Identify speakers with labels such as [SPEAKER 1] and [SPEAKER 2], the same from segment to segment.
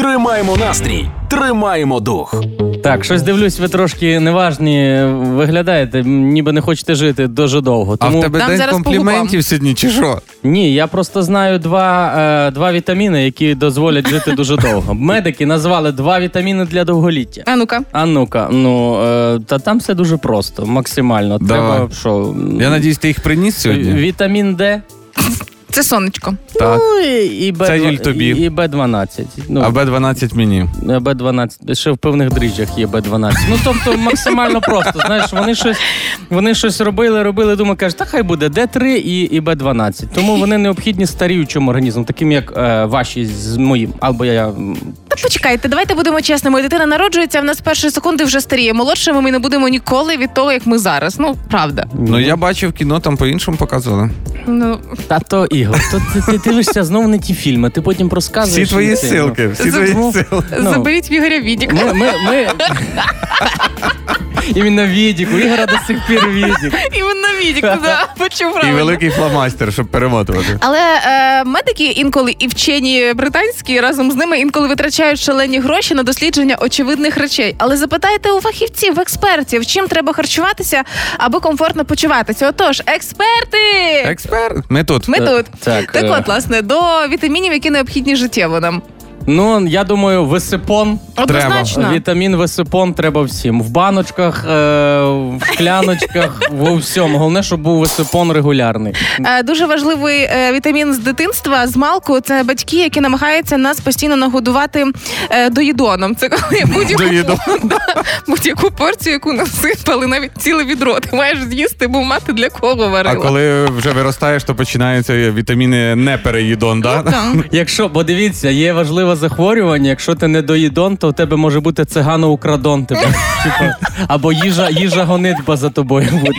[SPEAKER 1] Тримаємо настрій, тримаємо дух.
[SPEAKER 2] Так, щось дивлюсь, ви трошки неважні виглядаєте, м, ніби не хочете жити дуже довго.
[SPEAKER 3] А
[SPEAKER 2] Тому
[SPEAKER 3] в тебе
[SPEAKER 4] Там
[SPEAKER 3] день
[SPEAKER 4] зараз по
[SPEAKER 3] компліментів
[SPEAKER 4] губам.
[SPEAKER 3] сьогодні, чи що?
[SPEAKER 2] ні, я просто знаю два, е, два вітаміни, які дозволять жити дуже довго. Медики назвали два вітаміни для довголіття.
[SPEAKER 4] А ну-ка.
[SPEAKER 2] А ну-ка, ну е, та там все дуже просто, максимально. Треба
[SPEAKER 3] Давай.
[SPEAKER 2] що м,
[SPEAKER 3] Я надіюсь, ти їх приніс
[SPEAKER 4] Е,
[SPEAKER 3] сьогодні.
[SPEAKER 2] вітамін Д.
[SPEAKER 4] Це сонечко.
[SPEAKER 3] Так.
[SPEAKER 2] Ну, і, і Б,
[SPEAKER 3] Це Юль тобі.
[SPEAKER 2] І Б12. Ну,
[SPEAKER 3] А Б12 мені.
[SPEAKER 2] Б12. Ще в певних дріжджах є Б12. Ну тобто максимально просто. Знаєш, вони щось, вони щось робили, робили, думаю, кажуть, та хай буде Д3 і, і Б12. Тому вони необхідні старіючому організму, таким як е, ваші з моїм. Або я. м,
[SPEAKER 4] Та почекайте, давайте будемо чесними. Дитина народжується, а в нас з першої секунди вже старіє. Молодшими ми не будемо ніколи від того, як ми зараз. Ну, правда.
[SPEAKER 3] Ну я бачив кіно, там по-іншому показували.
[SPEAKER 4] Ну,
[SPEAKER 2] Та то Ігор, то ти, ти дивишся знову не ті фільми, ти потім
[SPEAKER 3] Всі
[SPEAKER 2] розказуєш.
[SPEAKER 3] твої
[SPEAKER 2] і ти, ну.
[SPEAKER 3] силки, всі твої
[SPEAKER 4] Забув.
[SPEAKER 3] сили.
[SPEAKER 2] Ну.
[SPEAKER 4] заберіть в Ігоря Відік.
[SPEAKER 2] Ми, ми, ми... Іменно Відік, у Ігора до сих пір Відік.
[SPEAKER 4] Іменно Відік, да, почув
[SPEAKER 3] І
[SPEAKER 4] правильно.
[SPEAKER 3] великий фломастер, щоб перемотувати.
[SPEAKER 4] Але е, медики інколи і вчені британські разом з ними інколи витрачають шалені гроші на дослідження очевидних речей. Але запитайте у фахівців, в експертів, чим треба харчуватися, аби комфортно почуватися. Отож, експерти!
[SPEAKER 3] Експерт. Ми тут.
[SPEAKER 4] Ми тут.
[SPEAKER 2] Так,
[SPEAKER 4] Так
[SPEAKER 2] е,
[SPEAKER 4] от, власне, до вітамінів, які необхідні життєво нам.
[SPEAKER 2] Ну, я думаю, висипон.
[SPEAKER 4] Однозначно.
[SPEAKER 2] Вітамін висипон треба всім. В баночках, е, в кляночках, у всьому. Головне, щоб був висипон регулярний.
[SPEAKER 4] Е, Дуже важливий е, вітамін з дитинства, з малку. Це батьки, які намагаються нас постійно нагодувати е, доїдоном. Це коли будь-яку,
[SPEAKER 3] Доїдоном.
[SPEAKER 4] Да, будь-яку порцію, яку насипали, навіть ціле відро. Ти маєш з'їсти, бо мати для кого варила.
[SPEAKER 3] А коли вже виростаєш, то починаються вітаміни непереїдон, да?
[SPEAKER 4] Ну, Так.
[SPEAKER 2] Якщо, бо дивіться, є важливе захворювання. Якщо ти не доїдон, то в тебе може бути цигано-украдон. Типу, Типу, або їжа, їжа гонитба за тобою. буде.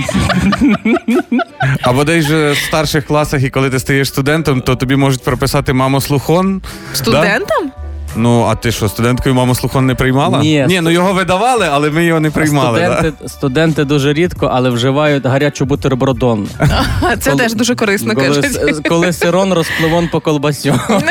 [SPEAKER 3] Або десь же в старших класах, і коли ти стаєш студентом, то тобі можуть прописати маму слухон.
[SPEAKER 4] Студентам?
[SPEAKER 3] Ну, а ти що, студенткою маму слухон не приймала?
[SPEAKER 2] Ні.
[SPEAKER 3] Ні, ну його видавали, але ми його не приймали. да?
[SPEAKER 2] студенти, студенти дуже рідко, але вживають гарячу бутербродон.
[SPEAKER 4] А, це
[SPEAKER 2] Коли-
[SPEAKER 4] теж дуже корисно,
[SPEAKER 2] Ну, коли,
[SPEAKER 4] кажуть.
[SPEAKER 2] с- е, коли сирон розпливон по колбасю.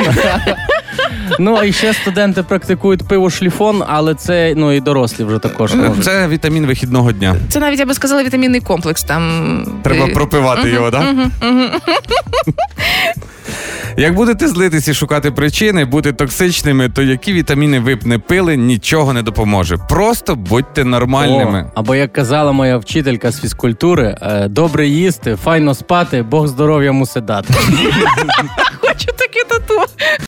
[SPEAKER 2] Ну і ще студенти практикують пиво шліфон, але це ну і дорослі вже також можуть.
[SPEAKER 3] Це вітамін вихідного дня.
[SPEAKER 4] Це навіть я би сказала вітамінний комплекс. Там
[SPEAKER 3] Треба
[SPEAKER 4] Е,
[SPEAKER 3] пропивати його, так? Як будете злитись і шукати причини, бути токсичними, то які вітаміни ви б не пили, нічого не допоможе. Просто будьте нормальними.
[SPEAKER 2] О, або як казала моя вчителька з фізкультури, е, добре їсти, файно спати, Бог здоров'я мусить дати.
[SPEAKER 4] хочу таке тату.